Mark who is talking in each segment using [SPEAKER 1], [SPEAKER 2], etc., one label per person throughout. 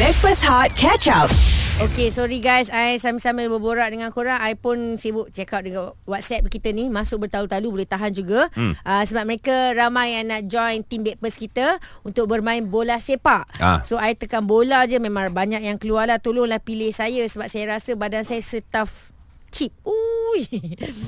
[SPEAKER 1] Backpass Hot Catch Up.
[SPEAKER 2] Okay, sorry guys. I sambil-sambil berborak dengan korang. I pun sibuk check out dengan WhatsApp kita ni. Masuk bertalu-talu boleh tahan juga. Hmm. Uh, sebab mereka ramai yang nak join team Backpast kita untuk bermain bola sepak.
[SPEAKER 3] Ah.
[SPEAKER 2] So, I tekan bola je. Memang banyak yang keluar lah. Tolonglah pilih saya sebab saya rasa badan saya setaf cheap. Ui.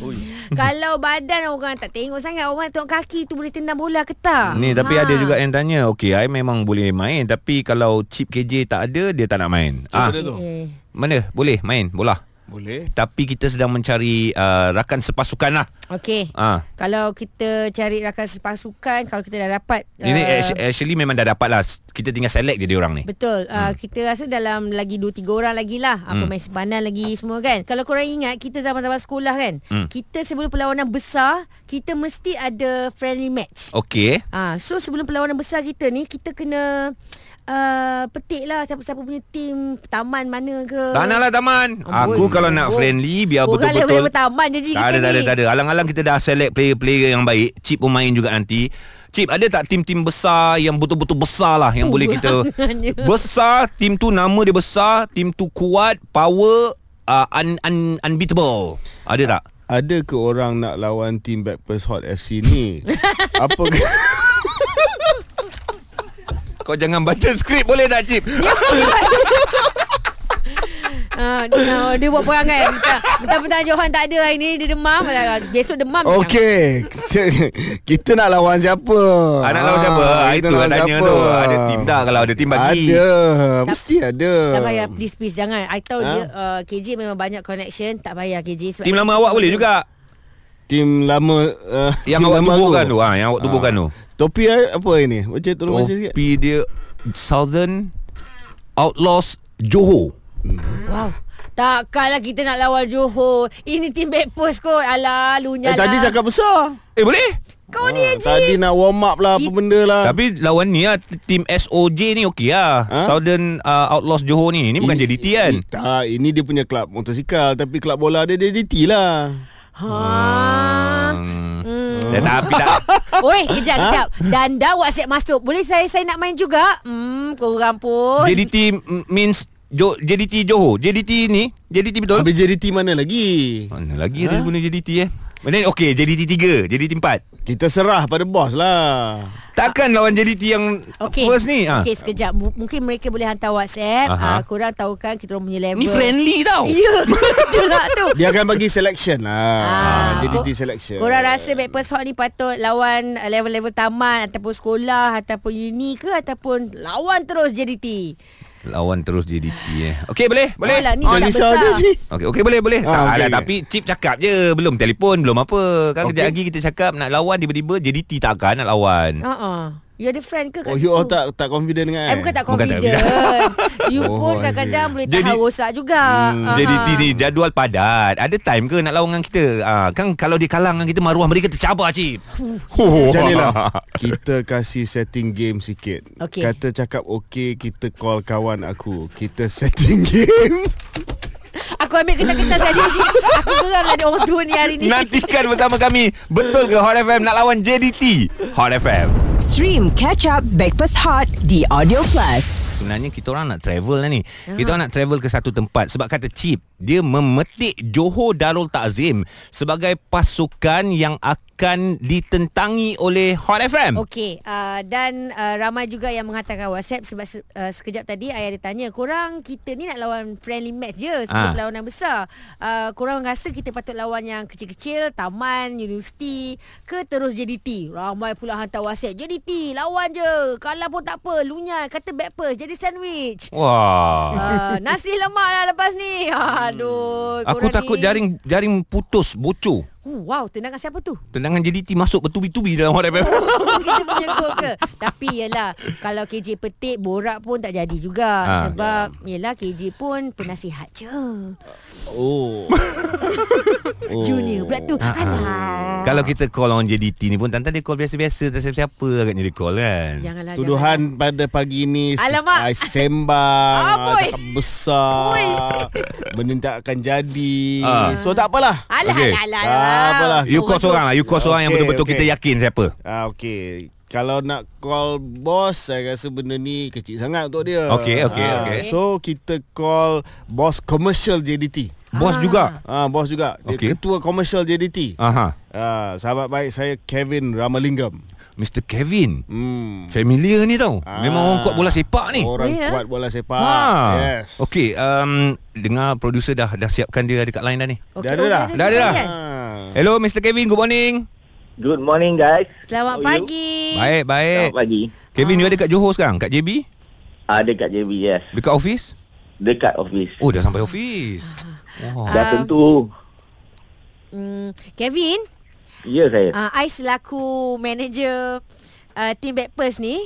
[SPEAKER 2] Ui. Kalau badan orang tak tengok sangat, orang tengok kaki tu boleh tendang bola ke tak?
[SPEAKER 3] Ni tapi
[SPEAKER 2] Ha.
[SPEAKER 3] ada juga yang tanya, okey I memang boleh main tapi kalau chip KJ tak ada dia tak nak main.
[SPEAKER 4] Macam
[SPEAKER 3] Ah,
[SPEAKER 4] mana tu?
[SPEAKER 2] Eh.
[SPEAKER 3] mana? Boleh main bola.
[SPEAKER 4] Boleh.
[SPEAKER 3] Tapi kita sedang mencari uh, rakan sepasukan lah.
[SPEAKER 2] Okey.
[SPEAKER 3] Ah.
[SPEAKER 2] Kalau kita cari rakan sepasukan, kalau kita dah dapat
[SPEAKER 3] Ini
[SPEAKER 2] ah,
[SPEAKER 3] actu- actually memang dah dapat lah. Kita tinggal select je dia orang ni.
[SPEAKER 2] Betul. Hmm. Uh, kita rasa dalam lagi 2 3 orang lagi lah.
[SPEAKER 3] Hmm.
[SPEAKER 2] Apa main sempanan lagi semua kan. Kalau korang ingat kita zaman-zaman sekolah kan.
[SPEAKER 3] Hmm.
[SPEAKER 2] Kita sebelum perlawanan besar, kita mesti ada friendly match.
[SPEAKER 3] Okey.
[SPEAKER 2] Ah, so sebelum perlawanan besar kita ni kita kena uh, petik lah siapa-siapa punya tim taman mana ke.
[SPEAKER 3] Tak nak lah taman.
[SPEAKER 2] Amboi.
[SPEAKER 3] Aku kalau nak
[SPEAKER 2] Amboi.
[SPEAKER 3] friendly
[SPEAKER 2] Eh.
[SPEAKER 3] biar
[SPEAKER 2] Oh. Orang lain
[SPEAKER 3] betul-betul.
[SPEAKER 2] boleh bertaman je
[SPEAKER 3] tak
[SPEAKER 2] kita
[SPEAKER 3] ada, tak ada,
[SPEAKER 2] ni.
[SPEAKER 3] tak ada. Alang-alang kita dah select player-player yang baik. Chip pun main juga nanti. Chip ada tak tim-tim besar yang betul-betul besar lah
[SPEAKER 2] Uh,
[SPEAKER 3] yang boleh kita
[SPEAKER 2] Perangannya.
[SPEAKER 3] besar tim tu nama dia besar, tim tu kuat, power uh, un, un, unbeatable. Ada tak?
[SPEAKER 4] Ada ke orang nak lawan team Backpass Hot FC ni? Apa ke-
[SPEAKER 3] Kau jangan baca skrip boleh tak Chip?
[SPEAKER 2] Ah, dia, dia buat perangai. Minta, minta petang Johan tak ada hari ni. Dia demam. Ah, Besok demam.
[SPEAKER 3] Oh,
[SPEAKER 4] Okey. Kita nak lawan siapa?
[SPEAKER 3] Ah, nak lawan siapa? Ah,
[SPEAKER 4] kita
[SPEAKER 3] itu
[SPEAKER 4] nak
[SPEAKER 3] lah
[SPEAKER 4] lawan
[SPEAKER 3] tanya tu. Ada tim tak? Kalau ada tim bagi.
[SPEAKER 4] Ada. Mesti ada.
[SPEAKER 2] Tak payah please please jangan. I tahu
[SPEAKER 4] Ha?
[SPEAKER 2] dia uh, KJ memang banyak connection. Tak payah KJ sebab
[SPEAKER 3] Tim lama awak boleh juga.
[SPEAKER 4] Tim lama uh,
[SPEAKER 3] Yang
[SPEAKER 4] tim
[SPEAKER 3] awak
[SPEAKER 4] lama
[SPEAKER 3] tubuhkan tu. Ha, yang awak tubuhkan tu. Oh.
[SPEAKER 4] Topi eh, apa ini? Macam tolong baca sikit.
[SPEAKER 3] Topi dia Southern Outlaws Johor.
[SPEAKER 2] Wow. Takkanlah kita nak lawan Johor. Ini tim backpost kot. Alah, lunya
[SPEAKER 4] Eh,
[SPEAKER 2] lah.
[SPEAKER 4] tadi cakap besar.
[SPEAKER 3] Eh boleh?
[SPEAKER 2] Kau ni,
[SPEAKER 4] Ah,
[SPEAKER 2] Haji.
[SPEAKER 4] tadi nak warm up lah apa
[SPEAKER 2] It-
[SPEAKER 4] benda lah.
[SPEAKER 3] Tapi lawan ni lah Tim SOJ ni okey lah
[SPEAKER 4] Ha?
[SPEAKER 3] Southern uh, Outlaws Johor ni Ni bukan
[SPEAKER 4] Ini-
[SPEAKER 3] JDT kan
[SPEAKER 4] ini- Tak, ini dia punya klub motosikal tapi klub bola dia dia JDT lah.
[SPEAKER 2] Ha.
[SPEAKER 3] hmm. Eh, Tapi tak
[SPEAKER 2] Oi, kejap, kejap. Dan dah WhatsApp masuk. Boleh saya saya nak main juga? Hmm, korang pun.
[SPEAKER 3] JDT means jo, JDT Johor JDT ni JDT betul?
[SPEAKER 4] Habis JDT mana lagi?
[SPEAKER 3] Mana lagi ada guna JDT eh Mana ni? okey JDT 3 JDT 4
[SPEAKER 4] Kita serah pada bos lah.
[SPEAKER 3] Takkan lawan JDT yang
[SPEAKER 2] Okey.
[SPEAKER 3] First ni ha.
[SPEAKER 2] Okey, sekejap. M- mungkin mereka boleh hantar WhatsApp. Ah,
[SPEAKER 3] Aha.
[SPEAKER 2] korang tahu kan kita orang punya level.
[SPEAKER 3] Ni friendly tau
[SPEAKER 2] Ya, betul lah tu.
[SPEAKER 4] Dia akan bagi selection lah. Ah, JDT
[SPEAKER 2] ko-
[SPEAKER 4] selection.
[SPEAKER 2] Korang rasa Backpast Hot ni patut lawan uh, level-level taman ataupun sekolah ataupun uni ke ataupun lawan terus JDT.
[SPEAKER 3] Lawan terus JDT eh Okey boleh Boleh
[SPEAKER 2] Alah, ni
[SPEAKER 4] Ah,
[SPEAKER 2] tak
[SPEAKER 4] risau
[SPEAKER 2] besar.
[SPEAKER 4] dia, Cik.
[SPEAKER 3] Okey okey boleh boleh.
[SPEAKER 4] Ah,
[SPEAKER 3] tak
[SPEAKER 4] okey,
[SPEAKER 3] ada
[SPEAKER 4] okey.
[SPEAKER 3] tapi chip cakap je belum telefon belum apa. Kan okay. kejap
[SPEAKER 4] Okey.
[SPEAKER 3] lagi kita cakap nak lawan tiba-tiba JDT tak akan nak lawan.
[SPEAKER 2] Uh-uh. You ada friend ke kat
[SPEAKER 4] Hmm. Oh, you all
[SPEAKER 2] situ?
[SPEAKER 4] tak tak confident dengan kan?
[SPEAKER 2] Eh bukan tak
[SPEAKER 3] Bukan tak
[SPEAKER 2] confident. you
[SPEAKER 4] Oh,
[SPEAKER 2] pun
[SPEAKER 4] I see.
[SPEAKER 2] kadang-kadang boleh
[SPEAKER 3] Jadi-
[SPEAKER 2] tahan rosak juga.
[SPEAKER 3] Hmm,
[SPEAKER 2] Ah.
[SPEAKER 3] JDT ni jadual padat. Ada time ke nak lawan dengan kita? Ah kan kalau dia kalah dengan kita maruah mereka tercabar chip.
[SPEAKER 4] Macam ni lah Kita kasih setting game sikit
[SPEAKER 2] Okey.
[SPEAKER 4] Kata cakap okey Kita call kawan aku Kita setting game
[SPEAKER 2] Aku ambil kertas-kertas tadi. Aku geram ada orang tua ni hari ni.
[SPEAKER 3] Nantikan bersama kami Betul ke Hot FM nak lawan JDT Hot FM
[SPEAKER 1] Stream Catch Up Backpass Hot di Audio Plus.
[SPEAKER 3] Sebenarnya kita orang nak travel lah ni Kita orang nak travel ke satu tempat Sebab kata Chip Dia memetik Johor Darul Takzim Sebagai pasukan yang akan ditentangi oleh Hot FM
[SPEAKER 2] Okey, uh, dan uh, ramai juga yang menghantarkan WhatsApp sebab se- uh, sekejap tadi ayah ada tanya, korang kita ni nak lawan friendly match je sebelum
[SPEAKER 3] Ah.
[SPEAKER 2] perlawanan besar. Uh, korang rasa kita patut lawan yang kecil-kecil, taman, universiti ke terus JDT? Ramai pula hantar WhatsApp, JDT lawan je. Kalah pun tak apa, lunyai kata backpast jadi sandwich.
[SPEAKER 3] Wah
[SPEAKER 2] Uh, nasi lemak lah lepas ni. Aduh,
[SPEAKER 3] Aku
[SPEAKER 2] korang
[SPEAKER 3] takut
[SPEAKER 2] ni.
[SPEAKER 3] jaring jaring putus bocor
[SPEAKER 2] Uh, wow, tendangan siapa tu?
[SPEAKER 3] Tendangan JDT masuk bertubi-tubi dalam Hot FM
[SPEAKER 2] kita punya gol ke Tapi yelah Kalau KJ petik Borak pun tak jadi juga ha,
[SPEAKER 3] Ha.
[SPEAKER 2] Sebab Yelah KJ pun Penasihat je oh.
[SPEAKER 4] Oh, oh.
[SPEAKER 2] Junior pula tu Alah
[SPEAKER 3] Kalau kita call on JDT ni pun Tantan dia call biasa-biasa Tak siapa-siapa agaknya dia call kan
[SPEAKER 2] Janganlah janganlah.
[SPEAKER 4] Tuduhan pada pagi ni
[SPEAKER 2] Alamak. Ah,
[SPEAKER 4] I sembang ah,
[SPEAKER 2] Amboi.
[SPEAKER 4] Cakap besar Benda tak akan jadi
[SPEAKER 3] Ah.
[SPEAKER 4] So tak apalah
[SPEAKER 2] Alah,
[SPEAKER 3] Okey.
[SPEAKER 2] alah, alah, alah.
[SPEAKER 4] Ah, apalah.
[SPEAKER 3] You call seorang lah You call seorang yang
[SPEAKER 4] Okay,
[SPEAKER 3] betul-betul
[SPEAKER 4] okay.
[SPEAKER 3] kita yakin siapa
[SPEAKER 4] Ah okey. Kalau nak call bos saya rasa benda ni kecil sangat untuk dia. Ah,
[SPEAKER 3] Okey, okey, okey.
[SPEAKER 4] So kita call bos commercial JDT.
[SPEAKER 3] Bos juga
[SPEAKER 4] Ah bos juga.
[SPEAKER 3] Okey.
[SPEAKER 4] Dia okay. ketua commercial JDT. Ah.
[SPEAKER 3] Aha
[SPEAKER 4] ah sahabat baik saya Kevin Ramalingam.
[SPEAKER 3] Mr. Kevin
[SPEAKER 4] Hmm.
[SPEAKER 3] Familiar ni tau Memang orang kuat bola sepak ni
[SPEAKER 2] Oh,
[SPEAKER 4] Orang
[SPEAKER 2] ya?
[SPEAKER 4] yeah. kuat bola sepak.
[SPEAKER 3] Ha.
[SPEAKER 4] Ah, Yes.
[SPEAKER 3] Okey, um, dengar producer dah dah siapkan dia dekat line dah ni.
[SPEAKER 4] Dah ada dah?
[SPEAKER 3] Dah ada dah?
[SPEAKER 2] kan?
[SPEAKER 4] Ah.
[SPEAKER 3] Hello Mr Kevin, good morning.
[SPEAKER 5] Good morning guys.
[SPEAKER 2] Selamat
[SPEAKER 5] How are you?
[SPEAKER 2] pagi.
[SPEAKER 3] Oh, Baik, baik.
[SPEAKER 5] Selamat pagi.
[SPEAKER 3] Kevin, you ada kat Johor sekarang? Kat JB?
[SPEAKER 5] Ah dekat JB yes.
[SPEAKER 3] Dekat office?
[SPEAKER 5] Dekat office.
[SPEAKER 3] Oh, Ah. dah sampai office. Wah.
[SPEAKER 5] Dah tentu.
[SPEAKER 2] Hmm, Kevin,
[SPEAKER 5] Ya saya.
[SPEAKER 3] Ah.
[SPEAKER 2] uh, I selaku manager uh, team Backpers ni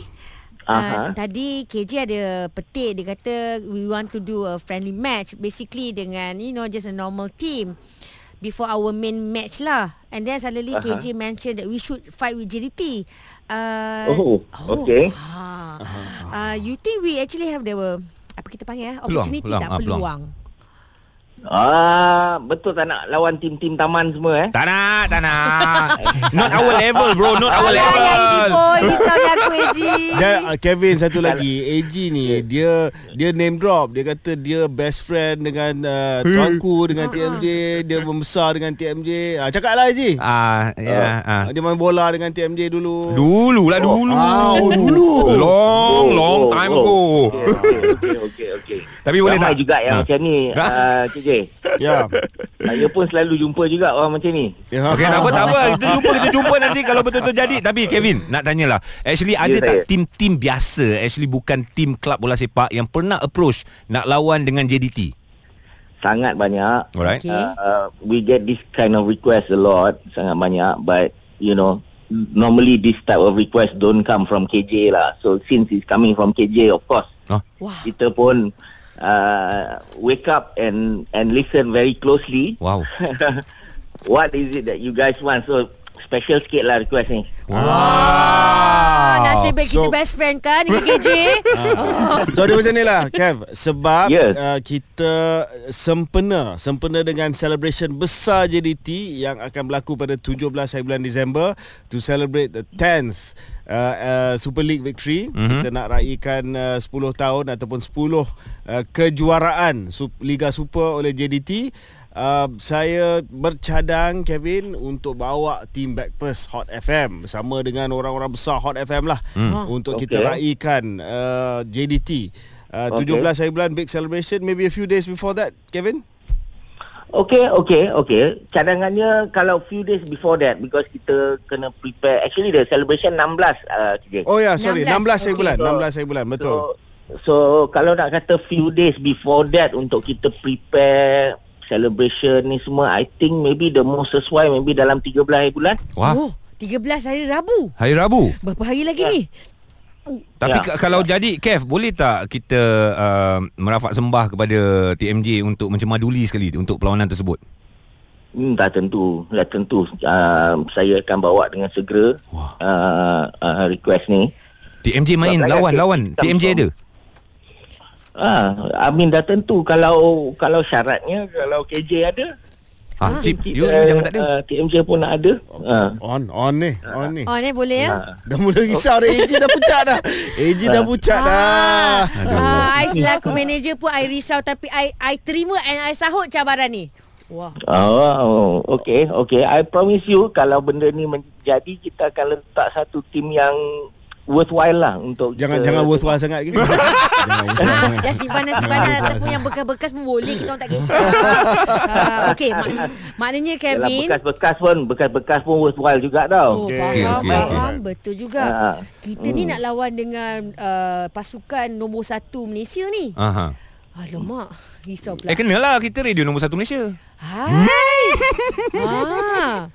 [SPEAKER 2] Uh,
[SPEAKER 5] Aha.
[SPEAKER 2] tadi KJ ada petik dia kata we want to do a friendly match basically dengan you know just a normal team before our main match lah and then suddenly
[SPEAKER 5] Aha.
[SPEAKER 2] KJ mentioned that we should fight with JDT uh,
[SPEAKER 5] Oh, okay.
[SPEAKER 2] ha. uh, you think we actually have the apa kita panggil eh?
[SPEAKER 3] Peluang,
[SPEAKER 2] opportunity
[SPEAKER 3] peluang,
[SPEAKER 2] tak
[SPEAKER 3] ah, peluang.
[SPEAKER 2] peluang
[SPEAKER 5] Ah betul tak nak lawan tim-tim taman semua eh?
[SPEAKER 3] Tak nak, tak nak. Not our level bro, not our
[SPEAKER 2] Alah, yang ini
[SPEAKER 3] level.
[SPEAKER 2] pun risaunya aku AJ
[SPEAKER 4] Dan uh, Kevin satu lagi AG ni dia dia name drop dia kata dia best friend dengan uh, tuanku dengan TMJ dia membesar dengan TMJ ah cakaplah AG
[SPEAKER 3] Ah, ya. ah.
[SPEAKER 4] dia main bola dengan TMJ dulu
[SPEAKER 3] Dulu lah dulu.
[SPEAKER 4] Ah, oh, dulu.
[SPEAKER 3] Long, long
[SPEAKER 5] oh,
[SPEAKER 3] time
[SPEAKER 5] oh.
[SPEAKER 3] ago.
[SPEAKER 5] Okey, Okey okey okey.
[SPEAKER 3] Tapi boleh
[SPEAKER 5] Ramai
[SPEAKER 3] tak?
[SPEAKER 5] juga yang
[SPEAKER 3] Ah.
[SPEAKER 5] macam ni.
[SPEAKER 3] Ah.
[SPEAKER 5] Ah KJ.
[SPEAKER 4] ya
[SPEAKER 5] Saya pun selalu jumpa juga orang macam ni.
[SPEAKER 4] ya
[SPEAKER 3] Okey, tak apa, tak apa. Kita jumpa, kita jumpa nanti kalau betul-betul jadi. Tapi Kevin, nak tanyalah. Actually, ada
[SPEAKER 5] Ya,
[SPEAKER 3] tak
[SPEAKER 5] saya.
[SPEAKER 3] tim-tim biasa, actually bukan tim klub bola sepak yang pernah approach nak lawan dengan JDT?
[SPEAKER 5] Sangat banyak.
[SPEAKER 3] Alright.
[SPEAKER 2] Okay.
[SPEAKER 5] Uh, we get this kind of request a lot, sangat banyak. But you know, normally this type of request don't come from KJ lah. So since it's coming from KJ, of course,
[SPEAKER 3] Huh?
[SPEAKER 2] Wah.
[SPEAKER 5] kita pun uh, wake up and and listen very closely.
[SPEAKER 3] Wow.
[SPEAKER 5] What is it that you guys want? So special sikit lah request ni.
[SPEAKER 2] Ah, nasib baik kita
[SPEAKER 4] So-
[SPEAKER 2] best friend kan dengan KJ.
[SPEAKER 4] So dia macam ni lah Kev Sebab yes.
[SPEAKER 5] Yes.
[SPEAKER 4] uh, kita sempena Sempena dengan celebration besar JDT Yang akan berlaku pada 17 hari bulan Disember To celebrate the 10th uh, uh, Super League victory
[SPEAKER 5] Mhm.
[SPEAKER 4] mm-hmm. Kita nak raikan uh, 10 tahun Ataupun 10 uh, kejuaraan Sup- Liga Super oleh JDT Uh, saya bercadang Kevin untuk bawa tim Backpers Hot FM bersama dengan orang-orang besar Hot FM lah hmm. untuk kita
[SPEAKER 5] Oh, Okay.
[SPEAKER 4] raikan ikan uh, JDT. Uh, 17
[SPEAKER 5] Okay.
[SPEAKER 4] hari bulan big celebration maybe a few days before that Kevin
[SPEAKER 5] Okay, okay, okay. Cadangannya kalau few days before that because kita kena prepare. Actually the celebration 16 uh, KJ.
[SPEAKER 4] oh ya yeah, sorry 16,
[SPEAKER 2] 16, okay.
[SPEAKER 4] 16 hari bulan
[SPEAKER 5] So-
[SPEAKER 4] 16 hari bulan betul
[SPEAKER 5] So, so kalau nak kata few days before that untuk kita prepare celebration ni semua I think maybe the most sesuai maybe dalam 13 hari bulan.
[SPEAKER 3] Wah.
[SPEAKER 2] Oh, 13 hari Rabu.
[SPEAKER 3] Hari Rabu.
[SPEAKER 2] Berapa hari lagi ni?
[SPEAKER 3] Tapi
[SPEAKER 5] Ya.
[SPEAKER 3] yeah. kalau jadi Kev, boleh tak kita uh, merafak sembah kepada TMJ untuk mencemaduli sekali untuk perlawanan tersebut?
[SPEAKER 5] Hmm, dah tentu, dah tentu. Uh, saya akan bawa dengan segera
[SPEAKER 3] Wah.
[SPEAKER 5] uh, uh, request ni.
[SPEAKER 3] TMJ main
[SPEAKER 5] Sebab
[SPEAKER 3] lawan
[SPEAKER 5] saya-
[SPEAKER 3] lawan.
[SPEAKER 5] saya-
[SPEAKER 3] TMJ ada.
[SPEAKER 5] Ah, I mean dah tentu kalau kalau syaratnya kalau KJ ada,
[SPEAKER 3] Ah, cip,
[SPEAKER 5] mungkin,
[SPEAKER 3] you, you jangan tak ada.
[SPEAKER 5] Uh, TMJ pun nak ada. Ah.
[SPEAKER 4] on on ni on ni
[SPEAKER 2] Oh, ni boleh ya?
[SPEAKER 4] dah mula risau dah AJ dah pucat dah AJ dah pucat dah
[SPEAKER 2] Ah, I selaku manager pun I risau tapi I I terima and I sahut cabaran ni. Wah.
[SPEAKER 5] Oh, okay, okay. I promise you kalau benda ni menjadi kita akan letak satu tim yang worthwhile lah untuk
[SPEAKER 4] jangan
[SPEAKER 5] kita-
[SPEAKER 4] jangan worthwhile sangat Kevin jangan worthwhile sangat
[SPEAKER 2] Ah, Dah simpanan-simpanan ataupun yang bekas-bekas pun boleh kita orang tak kisah. Ah, okey, mak- maknanya
[SPEAKER 5] Yalah,
[SPEAKER 2] Kevin
[SPEAKER 5] bekas-bekas pun bekas-bekas pun worthwhile juga
[SPEAKER 2] Oh,
[SPEAKER 5] tau.
[SPEAKER 4] Okey,
[SPEAKER 2] faham,
[SPEAKER 3] okey,
[SPEAKER 2] faham.
[SPEAKER 3] okey.
[SPEAKER 2] Betul juga.
[SPEAKER 5] Ah.
[SPEAKER 2] Kita ni nak lawan dengan uh, pasukan nombor satu Malaysia ni.
[SPEAKER 3] Aha.
[SPEAKER 2] Alamak, risau pula.
[SPEAKER 3] Eh kenalah kita radio nombor satu Malaysia.
[SPEAKER 2] Hai. ha.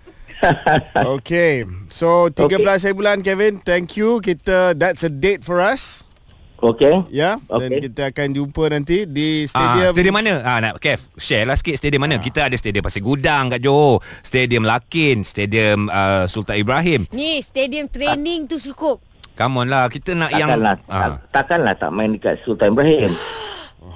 [SPEAKER 4] okay so 13
[SPEAKER 5] Okay.
[SPEAKER 4] hari bulan Kevin thank you kita that's a date for us
[SPEAKER 5] Okay.
[SPEAKER 4] ya yeah? dan
[SPEAKER 5] Okay.
[SPEAKER 4] kita akan jumpa nanti di
[SPEAKER 3] Stadium. Ah,
[SPEAKER 4] stadium
[SPEAKER 3] stadium mana? Ah, nak Kev, share lah sikit stadium mana. Kita ada stadium Pasir Gudang kat Johor, stadium Lakin, stadium uh, Sultan Ibrahim.
[SPEAKER 2] Ni stadium training tu cukup.
[SPEAKER 3] Come on lah, kita nak yang
[SPEAKER 5] Takkanlah, tak,
[SPEAKER 3] ah.
[SPEAKER 5] takkanlah tak main dekat Sultan Ibrahim.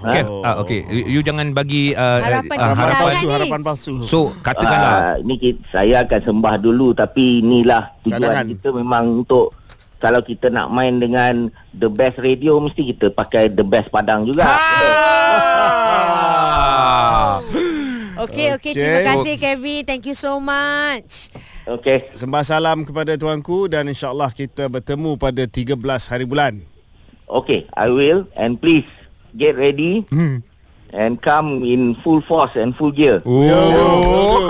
[SPEAKER 3] Kan? Ah,
[SPEAKER 5] Oh.
[SPEAKER 3] okay. You, you jangan bagi uh,
[SPEAKER 2] Harapan
[SPEAKER 3] uh,
[SPEAKER 2] besar
[SPEAKER 4] Harapan
[SPEAKER 3] harapan.
[SPEAKER 2] sangat.
[SPEAKER 4] palsu,
[SPEAKER 2] ni.
[SPEAKER 4] harapan palsu.
[SPEAKER 3] So, katakanlah.
[SPEAKER 5] Ah, ni kita, saya akan sembah dulu tapi inilah tujuan
[SPEAKER 4] Cadangan.
[SPEAKER 5] kita memang untuk kalau kita nak main dengan the best radio mesti kita pakai the best padang juga.
[SPEAKER 3] Ha! Ah.
[SPEAKER 2] Okey okey
[SPEAKER 4] Okey.
[SPEAKER 2] terima kasih Kevin. Thank you so much.
[SPEAKER 5] Okey.
[SPEAKER 4] Sembah salam kepada tuanku dan insyaAllah kita bertemu pada 13 hari bulan.
[SPEAKER 5] Okay, I will. And please get ready
[SPEAKER 3] Hmm.
[SPEAKER 5] and come in full force and full gear.
[SPEAKER 3] Oh.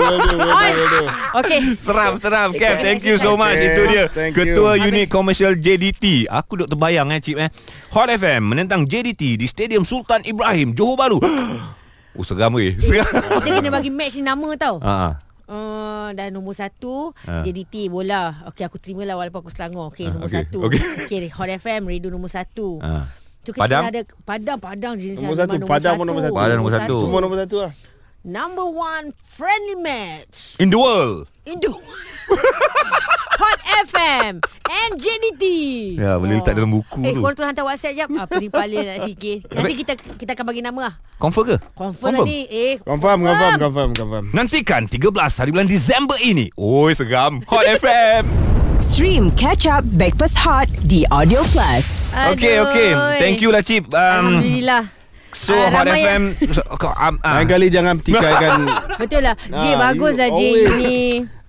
[SPEAKER 2] Okey.
[SPEAKER 3] Seram seram Kev Thank you so much
[SPEAKER 4] Kev,
[SPEAKER 3] Itu dia
[SPEAKER 4] thank you.
[SPEAKER 3] Ketua Unit Komersial JDT Aku duk terbayang eh Cip eh Hot FM menentang JDT Di Stadium Sultan Ibrahim Johor Bahru Oh seram weh Seram
[SPEAKER 2] Dia kena bagi match ni nama tau.
[SPEAKER 3] Ah, ah.
[SPEAKER 2] Uh, dan nombor satu uh.
[SPEAKER 3] Ah.
[SPEAKER 2] JDT bola Okey aku terima lah Walaupun aku Selangor Okey uh,
[SPEAKER 3] Ah,
[SPEAKER 2] nombor
[SPEAKER 3] okey,
[SPEAKER 2] satu
[SPEAKER 3] okey.
[SPEAKER 2] Okey Hot FM Radio nombor satu
[SPEAKER 3] Ah.
[SPEAKER 2] Tu kita
[SPEAKER 3] Padang?
[SPEAKER 2] ada Padang Padang jenis
[SPEAKER 4] Nombor
[SPEAKER 2] yang
[SPEAKER 4] satu,
[SPEAKER 2] memang
[SPEAKER 4] Padang pun nombor satu.
[SPEAKER 3] Padang nombor satu.
[SPEAKER 4] Semua nombor satu lah.
[SPEAKER 2] Number one Friendly match
[SPEAKER 3] In the world
[SPEAKER 2] In the Hot FM And JDT
[SPEAKER 3] Ya, boleh letak dalam buku
[SPEAKER 2] Eh
[SPEAKER 3] tu.
[SPEAKER 2] korang tu hantar whatsapp jap Apa ni paling nak fikir Nanti kita kita akan bagi nama lah
[SPEAKER 3] Confirm ke?
[SPEAKER 2] Confirm, Confirm. lah ni eh,
[SPEAKER 4] Confirm, confirm, confirm, confirm.
[SPEAKER 3] Nantikan 13 hari bulan Disember ini Oi seram Hot FM
[SPEAKER 1] Stream Catch Up Backpass Hot di Audio Plus.
[SPEAKER 3] Okay okay Thank you lah Cip um,
[SPEAKER 2] Alhamdulillah
[SPEAKER 3] So
[SPEAKER 2] Ah,
[SPEAKER 3] Hot
[SPEAKER 2] ramai
[SPEAKER 3] FM so, kau, um, ah.
[SPEAKER 4] Lain kali jangan pertikaikan.
[SPEAKER 2] Betul lah J
[SPEAKER 4] Ah,
[SPEAKER 2] bagus
[SPEAKER 4] you
[SPEAKER 2] lah J
[SPEAKER 4] always-
[SPEAKER 2] you ni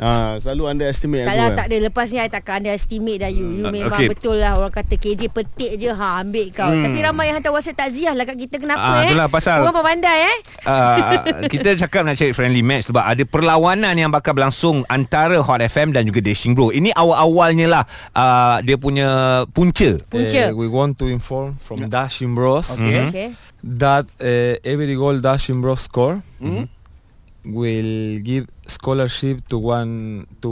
[SPEAKER 4] ah, selalu underestimate
[SPEAKER 2] tak
[SPEAKER 4] aku.
[SPEAKER 2] lah
[SPEAKER 4] kan.
[SPEAKER 2] tak ada Lepas ni I takkan underestimate dah you You
[SPEAKER 3] Hmm,
[SPEAKER 2] memang
[SPEAKER 3] okay. Hmm.
[SPEAKER 2] betul lah Orang kata KJ petik je Ha ambil kau Tapi ramai yang hantar whatsapp takziah lah kat kita Kenapa
[SPEAKER 3] Ah,
[SPEAKER 2] eh
[SPEAKER 3] itulah pasal-
[SPEAKER 2] Orang pandai eh
[SPEAKER 3] uh, kita cakap nak cari friendly match sebab ada perlawanan yang bakal berlangsung antara Hot FM dan juga Dashing Bro. Ini awal-awalnya lah uh, dia punya punca.
[SPEAKER 2] Punca Hmm.
[SPEAKER 6] Uh, we want to inform from Dashing Bros
[SPEAKER 3] eh.
[SPEAKER 2] Okay
[SPEAKER 6] that uh, every goal Dashing Bros score will give scholarship to one to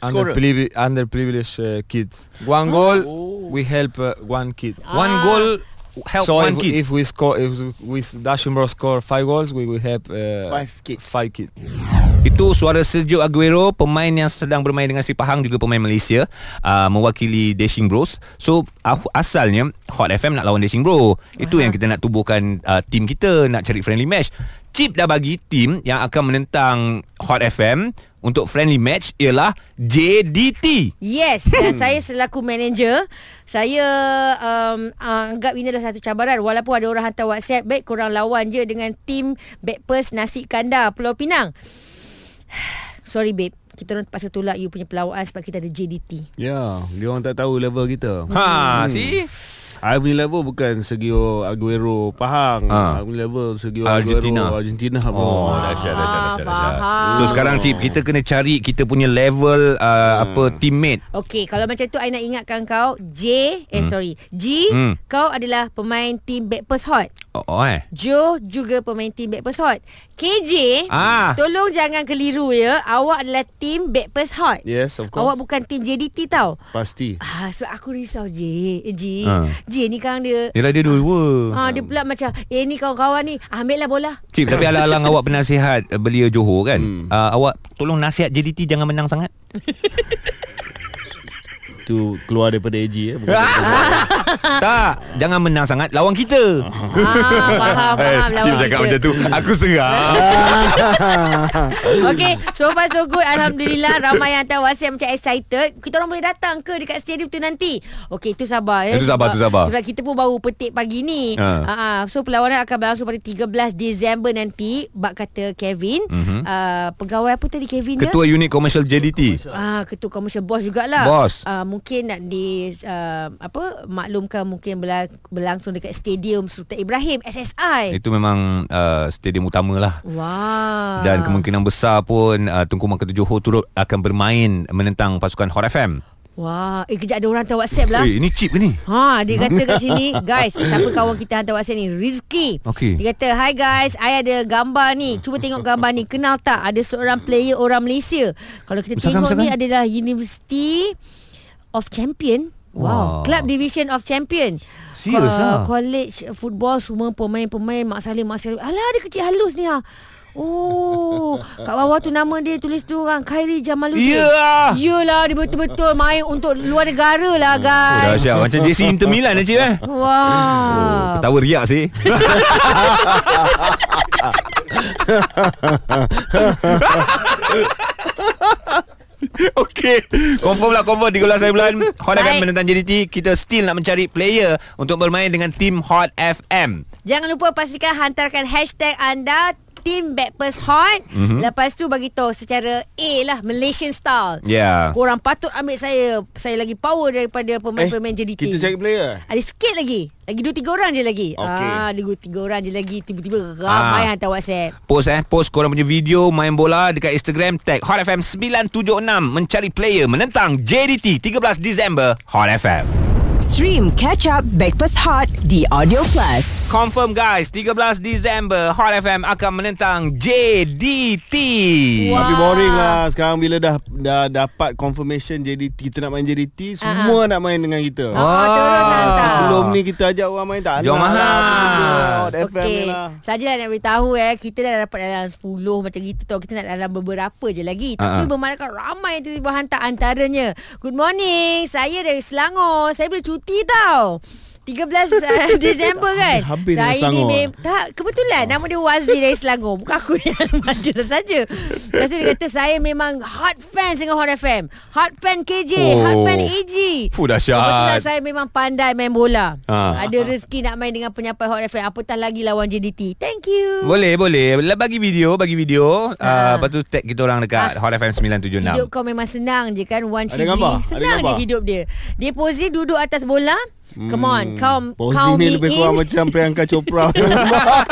[SPEAKER 4] Scorer.
[SPEAKER 6] underprivi- underprivileged uh, kid. One goal we help uh, one kid.
[SPEAKER 3] One goal Ah, help
[SPEAKER 6] so
[SPEAKER 3] one
[SPEAKER 6] if,
[SPEAKER 3] kid.
[SPEAKER 6] if we score if with Dashing Bros score five goals we will help uh,
[SPEAKER 4] Five kids.
[SPEAKER 6] Five kids.
[SPEAKER 3] Itu suara Sergio Aguero, pemain yang sedang bermain dengan si Pahang juga pemain Malaysia uh, mewakili Dashing Bros. So uh, asalnya Hot FM nak lawan Dashing Bro. Itu yang kita nak tubuhkan uh, tim kita nak cari friendly match. Chip dah bagi tim yang akan menentang Hot FM untuk friendly match ialah JDT.
[SPEAKER 2] Yes Dan
[SPEAKER 3] Hmm.
[SPEAKER 2] saya selaku manager Saya um, Anggap ini adalah satu cabaran Walaupun ada orang hantar whatsapp Baik korang lawan je Dengan tim Backpers Nasi Kandar Pulau Pinang Sorry babe Kita orang terpaksa tolak You punya pelawaan Sebab kita ada JDT
[SPEAKER 4] Ya, dia orang tak tahu level kita.
[SPEAKER 2] Hmm.
[SPEAKER 3] Ha, see?
[SPEAKER 4] I punya level bukan Sergio Aguero Pahang.
[SPEAKER 3] Ah.
[SPEAKER 4] I punya level Sergio
[SPEAKER 3] Argentina.
[SPEAKER 4] Aguero Argentina.
[SPEAKER 3] Oh,
[SPEAKER 4] bro.
[SPEAKER 3] dahsyat, dahsyat, dahsyat, dahsyat.
[SPEAKER 2] faham.
[SPEAKER 3] So sekarang Cip, kita kena cari kita punya level uh, apa
[SPEAKER 2] Hmm.
[SPEAKER 3] teammate.
[SPEAKER 2] Okay Kalau macam tu I nak ingatkan kau J Eh sorry G
[SPEAKER 3] Hmm.
[SPEAKER 2] Kau adalah pemain tim Backpers Hot
[SPEAKER 3] Oh, oh eh.
[SPEAKER 2] Joe juga pemain tim Backpers Hot KJ
[SPEAKER 3] Ah.
[SPEAKER 2] Tolong jangan keliru ya Awak adalah tim Backpers Hot
[SPEAKER 4] Yes, of course.
[SPEAKER 2] Awak bukan tim JDT tau
[SPEAKER 4] Pasti.
[SPEAKER 2] Ah, sebab aku risau J eh, J
[SPEAKER 3] Ah.
[SPEAKER 2] J ni kan dia
[SPEAKER 3] Yelah dia dua.
[SPEAKER 2] Ah, dia pula macam Eh ni kawan-kawan ni Ambil lah bola
[SPEAKER 3] Cip, tapi alang-alang awak penasihat eh, belia Johor kan. Hmm. Uh, awak tolong nasihat JDT jangan menang sangat.
[SPEAKER 4] Tu keluar daripada AG ya. Bukan
[SPEAKER 3] tak, jangan menang sangat lawan kita.
[SPEAKER 2] ah, Faham
[SPEAKER 3] Eh,
[SPEAKER 2] faham lah orang kita.
[SPEAKER 3] tu, aku serang.
[SPEAKER 2] Okay So far so good Alhamdulillah Ramai yang hantar WhatsApp Macam excited Kita orang boleh datang ke Dekat stadium tu nanti Okay tu sabar ya.
[SPEAKER 3] Itu
[SPEAKER 2] Sebab-
[SPEAKER 3] sabar, Eh, tu sabar.
[SPEAKER 2] Sebab kita pun baru petik pagi ni
[SPEAKER 3] Ha.
[SPEAKER 2] ha. Ha. So perlawanan akan berlangsung Pada 13 Disember nanti Bak kata Kevin
[SPEAKER 3] Mhm.
[SPEAKER 2] mm-hmm. uh, Pegawai apa tadi Kevin
[SPEAKER 3] Ketua unit komersial JDT.
[SPEAKER 2] Ah, ketua commercial boss jugalah.
[SPEAKER 3] Boss.
[SPEAKER 2] Ah, mungkin nak di uh, apa maklumkan mungkin berla- berlangsung dekat stadium Sultan Ibrahim SSI.
[SPEAKER 3] Itu memang uh, stadium utama lah.
[SPEAKER 2] Wah.
[SPEAKER 3] Dan kemungkinan besar pun uh, Tunku Mangkudu Johor turut akan bermain menentang pasukan Hot FM.
[SPEAKER 2] Wah, eh kejap ada orang hantar WhatsApp lah.
[SPEAKER 3] Eh, ini chip ke ni?
[SPEAKER 2] Ha, dia kata kat sini, guys, siapa kawan kita hantar WhatsApp ni? Rizky.
[SPEAKER 3] Okey.
[SPEAKER 2] Dia kata, "Hi guys, I ada gambar ni. Cuba tengok gambar ni. Kenal tak? Ada seorang player orang Malaysia. Kalau kita
[SPEAKER 3] Usahakan,
[SPEAKER 2] tengok ni
[SPEAKER 3] usahakan.
[SPEAKER 2] adalah University of Champion.
[SPEAKER 3] Wah.
[SPEAKER 2] Wow. Club Division of Champion.
[SPEAKER 3] Serius
[SPEAKER 2] Co-
[SPEAKER 3] ah?
[SPEAKER 2] College football semua pemain-pemain Mak Salim, Mak Salim. Alah, dia kecil halus ni ah. Oh, kat bawah tu nama dia tulis tu orang Khairi Jamaluddin.
[SPEAKER 3] Ya.
[SPEAKER 2] Yelah, dia betul-betul main untuk luar negara lah,
[SPEAKER 3] Oh,
[SPEAKER 2] guys.
[SPEAKER 3] dahsyat. Macam JC Inter Milan eh, cik eh.
[SPEAKER 4] Oh,
[SPEAKER 2] Wah.
[SPEAKER 3] Ketawa riak sih. Okey Confirm lah confirm 13 hari bulan Hot
[SPEAKER 2] Baik.
[SPEAKER 3] FM menentang JDT Kita still nak mencari player Untuk bermain dengan tim Hot FM
[SPEAKER 2] Jangan lupa pastikan hantarkan hashtag anda Team Backpast Hot
[SPEAKER 4] Mhm.
[SPEAKER 2] mm-hmm. Lepas tu bagi tahu secara A lah Malaysian style
[SPEAKER 3] Ya yeah.
[SPEAKER 2] Korang patut ambil saya Saya lagi power daripada pemain-pemain JDT
[SPEAKER 4] Eh, Kita cari player
[SPEAKER 2] Ada sikit lagi Lagi dua tiga orang je lagi
[SPEAKER 4] Okey.
[SPEAKER 2] ah, Dua tiga orang je lagi Tiba-tiba ramai
[SPEAKER 3] Ah.
[SPEAKER 2] hantar WhatsApp
[SPEAKER 3] Post eh Post korang punya video Main bola Dekat Instagram Tag Hot FM 976 Mencari player Menentang JDT 13 Disember Hot FM
[SPEAKER 1] Stream Catch Up Backpass Hot The Audio Plus.
[SPEAKER 3] Confirm guys 13 Disember Hot FM akan menentang JDT
[SPEAKER 2] Wah.
[SPEAKER 4] Tapi boring lah Sekarang bila dah Dah dapat confirmation JDT Kita nak main JDT Semua nak main dengan
[SPEAKER 2] ah.
[SPEAKER 4] kita
[SPEAKER 2] terus hantar.
[SPEAKER 4] Sebelum ni kita ajak orang main Tak
[SPEAKER 3] Jom
[SPEAKER 4] nak
[SPEAKER 3] mahal.
[SPEAKER 4] lah Okey FM ni
[SPEAKER 2] Okey,
[SPEAKER 4] lah
[SPEAKER 2] sajalah nak beritahu eh Kita dah dapat dalam 10 macam gitu tau Kita nak dalam beberapa je lagi Tapi
[SPEAKER 3] Ah,
[SPEAKER 4] Ha,
[SPEAKER 3] ah.
[SPEAKER 2] uh-huh. bermalaikan ramai yang tiba-tiba hantar antaranya Good morning, saya dari Selangor Saya boleh cuti tau 13 Disember kan
[SPEAKER 4] Habis dengan
[SPEAKER 2] Saya ni
[SPEAKER 4] Selangor.
[SPEAKER 2] mem- Tak kebetulan Nama dia Wazi dari Selangor Bukan aku yang maju saja Lepas tu dia kata Saya memang hot fans dengan Hot FM Hot fan KJ Hot
[SPEAKER 3] Oh.
[SPEAKER 2] fan AG
[SPEAKER 3] Fuh, dahsyat.
[SPEAKER 2] Kebetulan lah, saya memang pandai main bola
[SPEAKER 3] Ah.
[SPEAKER 2] Ada rezeki nak main dengan penyampai Hot FM Apatah lagi lawan JDT Thank you
[SPEAKER 3] Boleh boleh Lah, Bagi video Bagi video uh, Lepas tu tag kita orang Dekat Hot FM 976
[SPEAKER 2] Ha. Hidup kau memang senang je kan Wan
[SPEAKER 4] Ada
[SPEAKER 2] Shibli
[SPEAKER 4] gambar? Ada
[SPEAKER 2] Senang je
[SPEAKER 4] gambar?
[SPEAKER 2] hidup dia Dia posing duduk atas bola Come on
[SPEAKER 3] Hmm.
[SPEAKER 2] Kau
[SPEAKER 4] Posing
[SPEAKER 2] kau
[SPEAKER 4] ni
[SPEAKER 2] me
[SPEAKER 4] lebih
[SPEAKER 2] in.
[SPEAKER 4] kurang macam Priyanka Chopra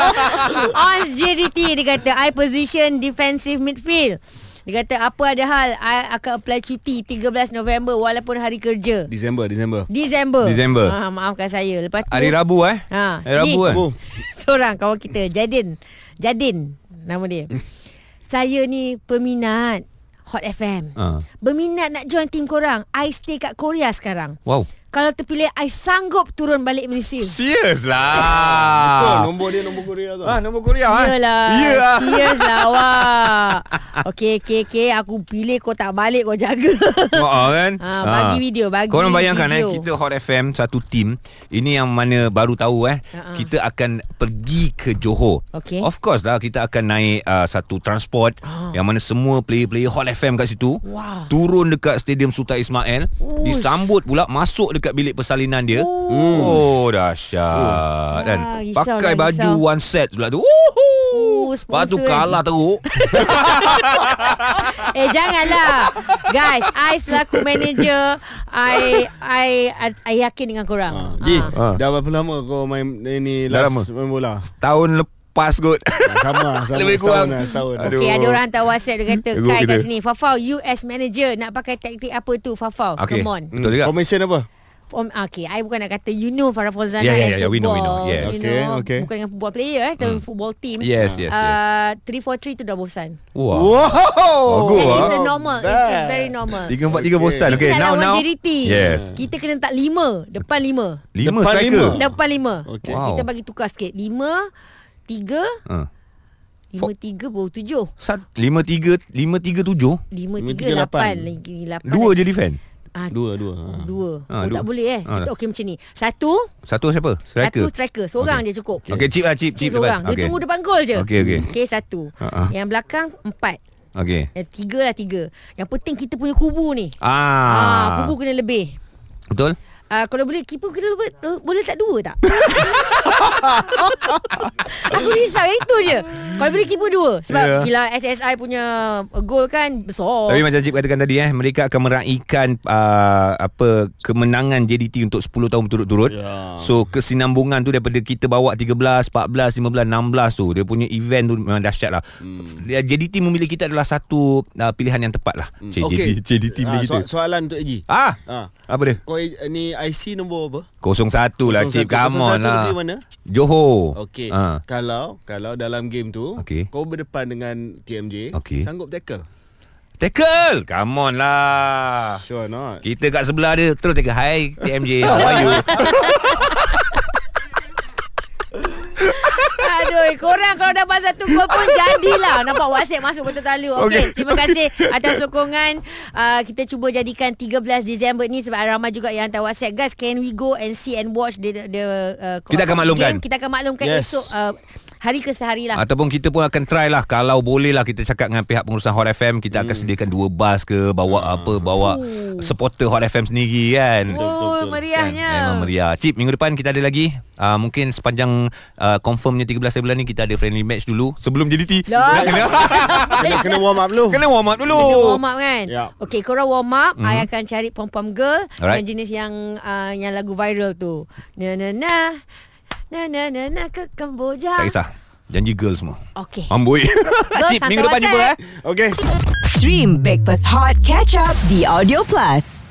[SPEAKER 2] On JDT Dia kata I position defensive midfield Dia kata apa ada hal I akan apply cuti 13 November Walaupun hari kerja
[SPEAKER 4] Disember Disember
[SPEAKER 2] Disember
[SPEAKER 3] Disember.
[SPEAKER 2] ha, Maafkan saya Lepas tu
[SPEAKER 3] Hari Rabu eh
[SPEAKER 2] Ha,
[SPEAKER 3] Hari Rabu
[SPEAKER 2] ni.
[SPEAKER 3] kan
[SPEAKER 4] Oh.
[SPEAKER 2] Seorang kawan kita Jadin Jadin Nama dia Saya ni peminat Hot FM
[SPEAKER 3] Ha.
[SPEAKER 2] Berminat nak join tim korang I stay kat Korea sekarang
[SPEAKER 3] Wow
[SPEAKER 2] Kalau terpilih I sanggup turun balik Malaysia
[SPEAKER 3] Serius
[SPEAKER 4] Betul
[SPEAKER 3] lah
[SPEAKER 4] Nombor dia nombor Korea tu
[SPEAKER 3] Ah, nombor Korea eh?
[SPEAKER 2] Yelah
[SPEAKER 3] Yelah.
[SPEAKER 2] Serius lah awak Okay okay okay Aku pilih kau tak balik kau jaga
[SPEAKER 3] Ha kan?
[SPEAKER 2] Ha, bagi video, bagi
[SPEAKER 3] Korang bayangkan
[SPEAKER 2] video.
[SPEAKER 3] eh kita Hot FM satu tim. Ini yang mana baru tahu eh
[SPEAKER 2] Ha, ha.
[SPEAKER 3] kita akan pergi ke Johor.
[SPEAKER 2] Okey. Ha.
[SPEAKER 3] Of course lah kita akan naik uh, satu transport yang mana semua player-player Hot FM kat situ.
[SPEAKER 2] Wah.
[SPEAKER 3] Turun dekat Stadium Sultan Ismail,
[SPEAKER 2] Uish.
[SPEAKER 3] disambut pula masuk dekat bilik persalinan dia. Oh, dahsyat. Dan
[SPEAKER 2] Wah, risau
[SPEAKER 3] pakai
[SPEAKER 2] lah,
[SPEAKER 3] baju
[SPEAKER 2] risau.
[SPEAKER 3] one set pula tu. Uhu.
[SPEAKER 2] Oh,
[SPEAKER 3] Lepas tu
[SPEAKER 2] sponsor.
[SPEAKER 3] kalah teruk.
[SPEAKER 2] Eh janganlah Guys I selaku manager I I I, I yakin dengan
[SPEAKER 3] Ah.
[SPEAKER 2] korang
[SPEAKER 4] Ji
[SPEAKER 2] Ha.
[SPEAKER 4] Dah berapa lama kau main eh, Ni
[SPEAKER 3] Dah
[SPEAKER 4] last
[SPEAKER 3] lama.
[SPEAKER 4] main bola
[SPEAKER 3] Tahun lepas kot.
[SPEAKER 4] Sama sama
[SPEAKER 3] Lebih
[SPEAKER 4] setahun
[SPEAKER 3] kurang.
[SPEAKER 4] lah, Setahun
[SPEAKER 3] Aduh.
[SPEAKER 2] Okay, ada orang hantar WhatsApp dia kata,
[SPEAKER 3] Teruk
[SPEAKER 2] "Kai kat
[SPEAKER 3] kita."
[SPEAKER 2] sini, Fafau US manager nak pakai taktik apa tu Fafau?
[SPEAKER 3] Okay.
[SPEAKER 2] Come on."
[SPEAKER 3] Betul juga.
[SPEAKER 4] Formation apa
[SPEAKER 2] Om, okay, I bukan nak kata you know Farah Fauzana
[SPEAKER 3] Yeah, yeah,
[SPEAKER 2] and
[SPEAKER 3] yeah, ya, we know, we know.
[SPEAKER 2] football,
[SPEAKER 3] Yes. Hmm.
[SPEAKER 2] you
[SPEAKER 4] Okay,
[SPEAKER 2] know,
[SPEAKER 4] okay.
[SPEAKER 2] Bukan dengan football player eh, tapi football team.
[SPEAKER 3] Yes, yes,
[SPEAKER 2] Uh, 343 tu dah bosan.
[SPEAKER 3] Wah.
[SPEAKER 4] Wow
[SPEAKER 3] Bagus,
[SPEAKER 2] That
[SPEAKER 3] ah.
[SPEAKER 2] is the normal. It's the very normal.
[SPEAKER 3] Tiga empat tiga bosan. Okay,
[SPEAKER 2] Kita nak
[SPEAKER 3] now
[SPEAKER 2] lawan
[SPEAKER 3] now.
[SPEAKER 2] JDT.
[SPEAKER 3] Yes.
[SPEAKER 2] Kita kena letak lima, depan lima.
[SPEAKER 3] Lima
[SPEAKER 4] Depan
[SPEAKER 3] striker.
[SPEAKER 4] lima.
[SPEAKER 2] Depan lima.
[SPEAKER 4] Okay.
[SPEAKER 3] Wow.
[SPEAKER 2] Kita bagi tukar sikit. Lima, tiga,
[SPEAKER 3] Ha.
[SPEAKER 2] lima, tiga, baru tujuh.
[SPEAKER 3] Sat, lima tiga lima tiga tujuh.
[SPEAKER 2] Lima,
[SPEAKER 4] Lima,
[SPEAKER 2] tiga,
[SPEAKER 4] tiga,
[SPEAKER 2] lapan.
[SPEAKER 4] lapan.
[SPEAKER 2] Lagi lapan.
[SPEAKER 3] Dua je defend.
[SPEAKER 2] Ah,
[SPEAKER 4] Dua dua ha.
[SPEAKER 2] Dua
[SPEAKER 3] Ah,
[SPEAKER 2] ha, oh,
[SPEAKER 3] dua.
[SPEAKER 2] Tak boleh eh
[SPEAKER 3] Ah,
[SPEAKER 2] Kita
[SPEAKER 3] dah.
[SPEAKER 2] okey macam ni Satu
[SPEAKER 3] Satu siapa?
[SPEAKER 2] Satu
[SPEAKER 3] Striker.
[SPEAKER 2] striker Seorang okay. je cukup
[SPEAKER 3] Okey, chip lah chip chip
[SPEAKER 2] Cip seorang Dia
[SPEAKER 3] Okey.
[SPEAKER 2] tunggu depan gol je
[SPEAKER 3] Okey, okey.
[SPEAKER 2] Okey satu
[SPEAKER 3] Ah, ah.
[SPEAKER 2] Yang belakang Empat
[SPEAKER 3] Okey.
[SPEAKER 2] Eh, Tiga lah tiga Yang penting kita punya kubu ni ah.
[SPEAKER 3] Ah.
[SPEAKER 2] Kubu kena lebih
[SPEAKER 3] Betul?
[SPEAKER 2] Uh, kalau boleh keeper kena boleh, boleh tak dua tak? Aku risau yang itu je. Kalau boleh keeper dua sebab yeah.
[SPEAKER 3] Ya.
[SPEAKER 2] gila SSI punya gol kan besar.
[SPEAKER 3] Tapi macam Cip katakan tadi eh mereka akan meraihkan uh, apa kemenangan JDT untuk 10 tahun berturut-turut.
[SPEAKER 4] Ya.
[SPEAKER 3] So kesinambungan tu daripada kita bawa 13, 14, 15, 16 tu dia punya event tu memang dahsyat lah.
[SPEAKER 4] Hmm.
[SPEAKER 3] Dia- JDT memilih kita adalah satu uh, pilihan yang tepat lah. JDT, JDT
[SPEAKER 4] Ah,
[SPEAKER 3] memilih kita.
[SPEAKER 4] so- Soalan untuk Ji
[SPEAKER 3] Ah.
[SPEAKER 4] Ah.
[SPEAKER 3] Apa dia?
[SPEAKER 4] Kau eh, ni IC nombor apa
[SPEAKER 3] 01 lah Cip
[SPEAKER 4] 01.
[SPEAKER 3] Come on lah
[SPEAKER 4] 01 negeri mana?
[SPEAKER 3] Johor
[SPEAKER 4] Okey.
[SPEAKER 3] ha.
[SPEAKER 4] Kalau kalau dalam game tu
[SPEAKER 3] Okey.
[SPEAKER 4] kau berdepan dengan TMJ,
[SPEAKER 3] Okey.
[SPEAKER 4] sanggup tackle. Ah,
[SPEAKER 3] Tackle Come on lah
[SPEAKER 4] Sure or not?
[SPEAKER 3] Kita kat sebelah dia Terus tackle Hi TMJ How are you
[SPEAKER 2] Aduh Oi, korang kalau dapat satu gol pun jadilah. Nampak WhatsApp masuk betul talu. Okey, okay. terima kasih atas sokongan. Uh, kita cuba jadikan 13 Disember ni sebab ramai juga yang hantar WhatsApp. Guys, can we go and see and watch the, the uh,
[SPEAKER 3] Kita akan
[SPEAKER 2] Game?
[SPEAKER 3] maklumkan.
[SPEAKER 2] Kita akan maklumkan yes.
[SPEAKER 4] Yes.
[SPEAKER 2] esok uh, hari ke sehari lah.
[SPEAKER 3] Ataupun kita pun akan try lah Kalau boleh lah Kita cakap dengan pihak pengurusan Hot FM Kita
[SPEAKER 4] Hmm.
[SPEAKER 3] akan sediakan dua bas ke Bawa apa Bawa
[SPEAKER 2] Ooh.
[SPEAKER 3] supporter Hot FM sendiri kan Eh,
[SPEAKER 2] Oh, meriahnya.
[SPEAKER 3] Memang meriah Cip minggu depan kita ada lagi uh, Mungkin sepanjang uh, Confirmnya 13 bulan ni Kita ada friendly match dulu Sebelum JDT
[SPEAKER 2] Lah.
[SPEAKER 3] Kena,
[SPEAKER 4] Kena, kena warm up dulu.
[SPEAKER 3] kena warm up dulu
[SPEAKER 2] Kena warm up kan
[SPEAKER 4] Yup.
[SPEAKER 2] Okay korang warm up mm-hmm. I akan cari pom-pom girl
[SPEAKER 3] Mhm. Alright.
[SPEAKER 2] Yang jenis yang uh, Yang lagu viral tu Na na na Na na na na ke Kemboja
[SPEAKER 3] Tak kisah Janji girl semua
[SPEAKER 2] Okay
[SPEAKER 3] Amboi Cip
[SPEAKER 2] hantar
[SPEAKER 3] minggu depan jumpa eh
[SPEAKER 2] WhatsApp.
[SPEAKER 4] Okay.
[SPEAKER 1] Stream Breakfast Hot Catch Up The Audio Plus.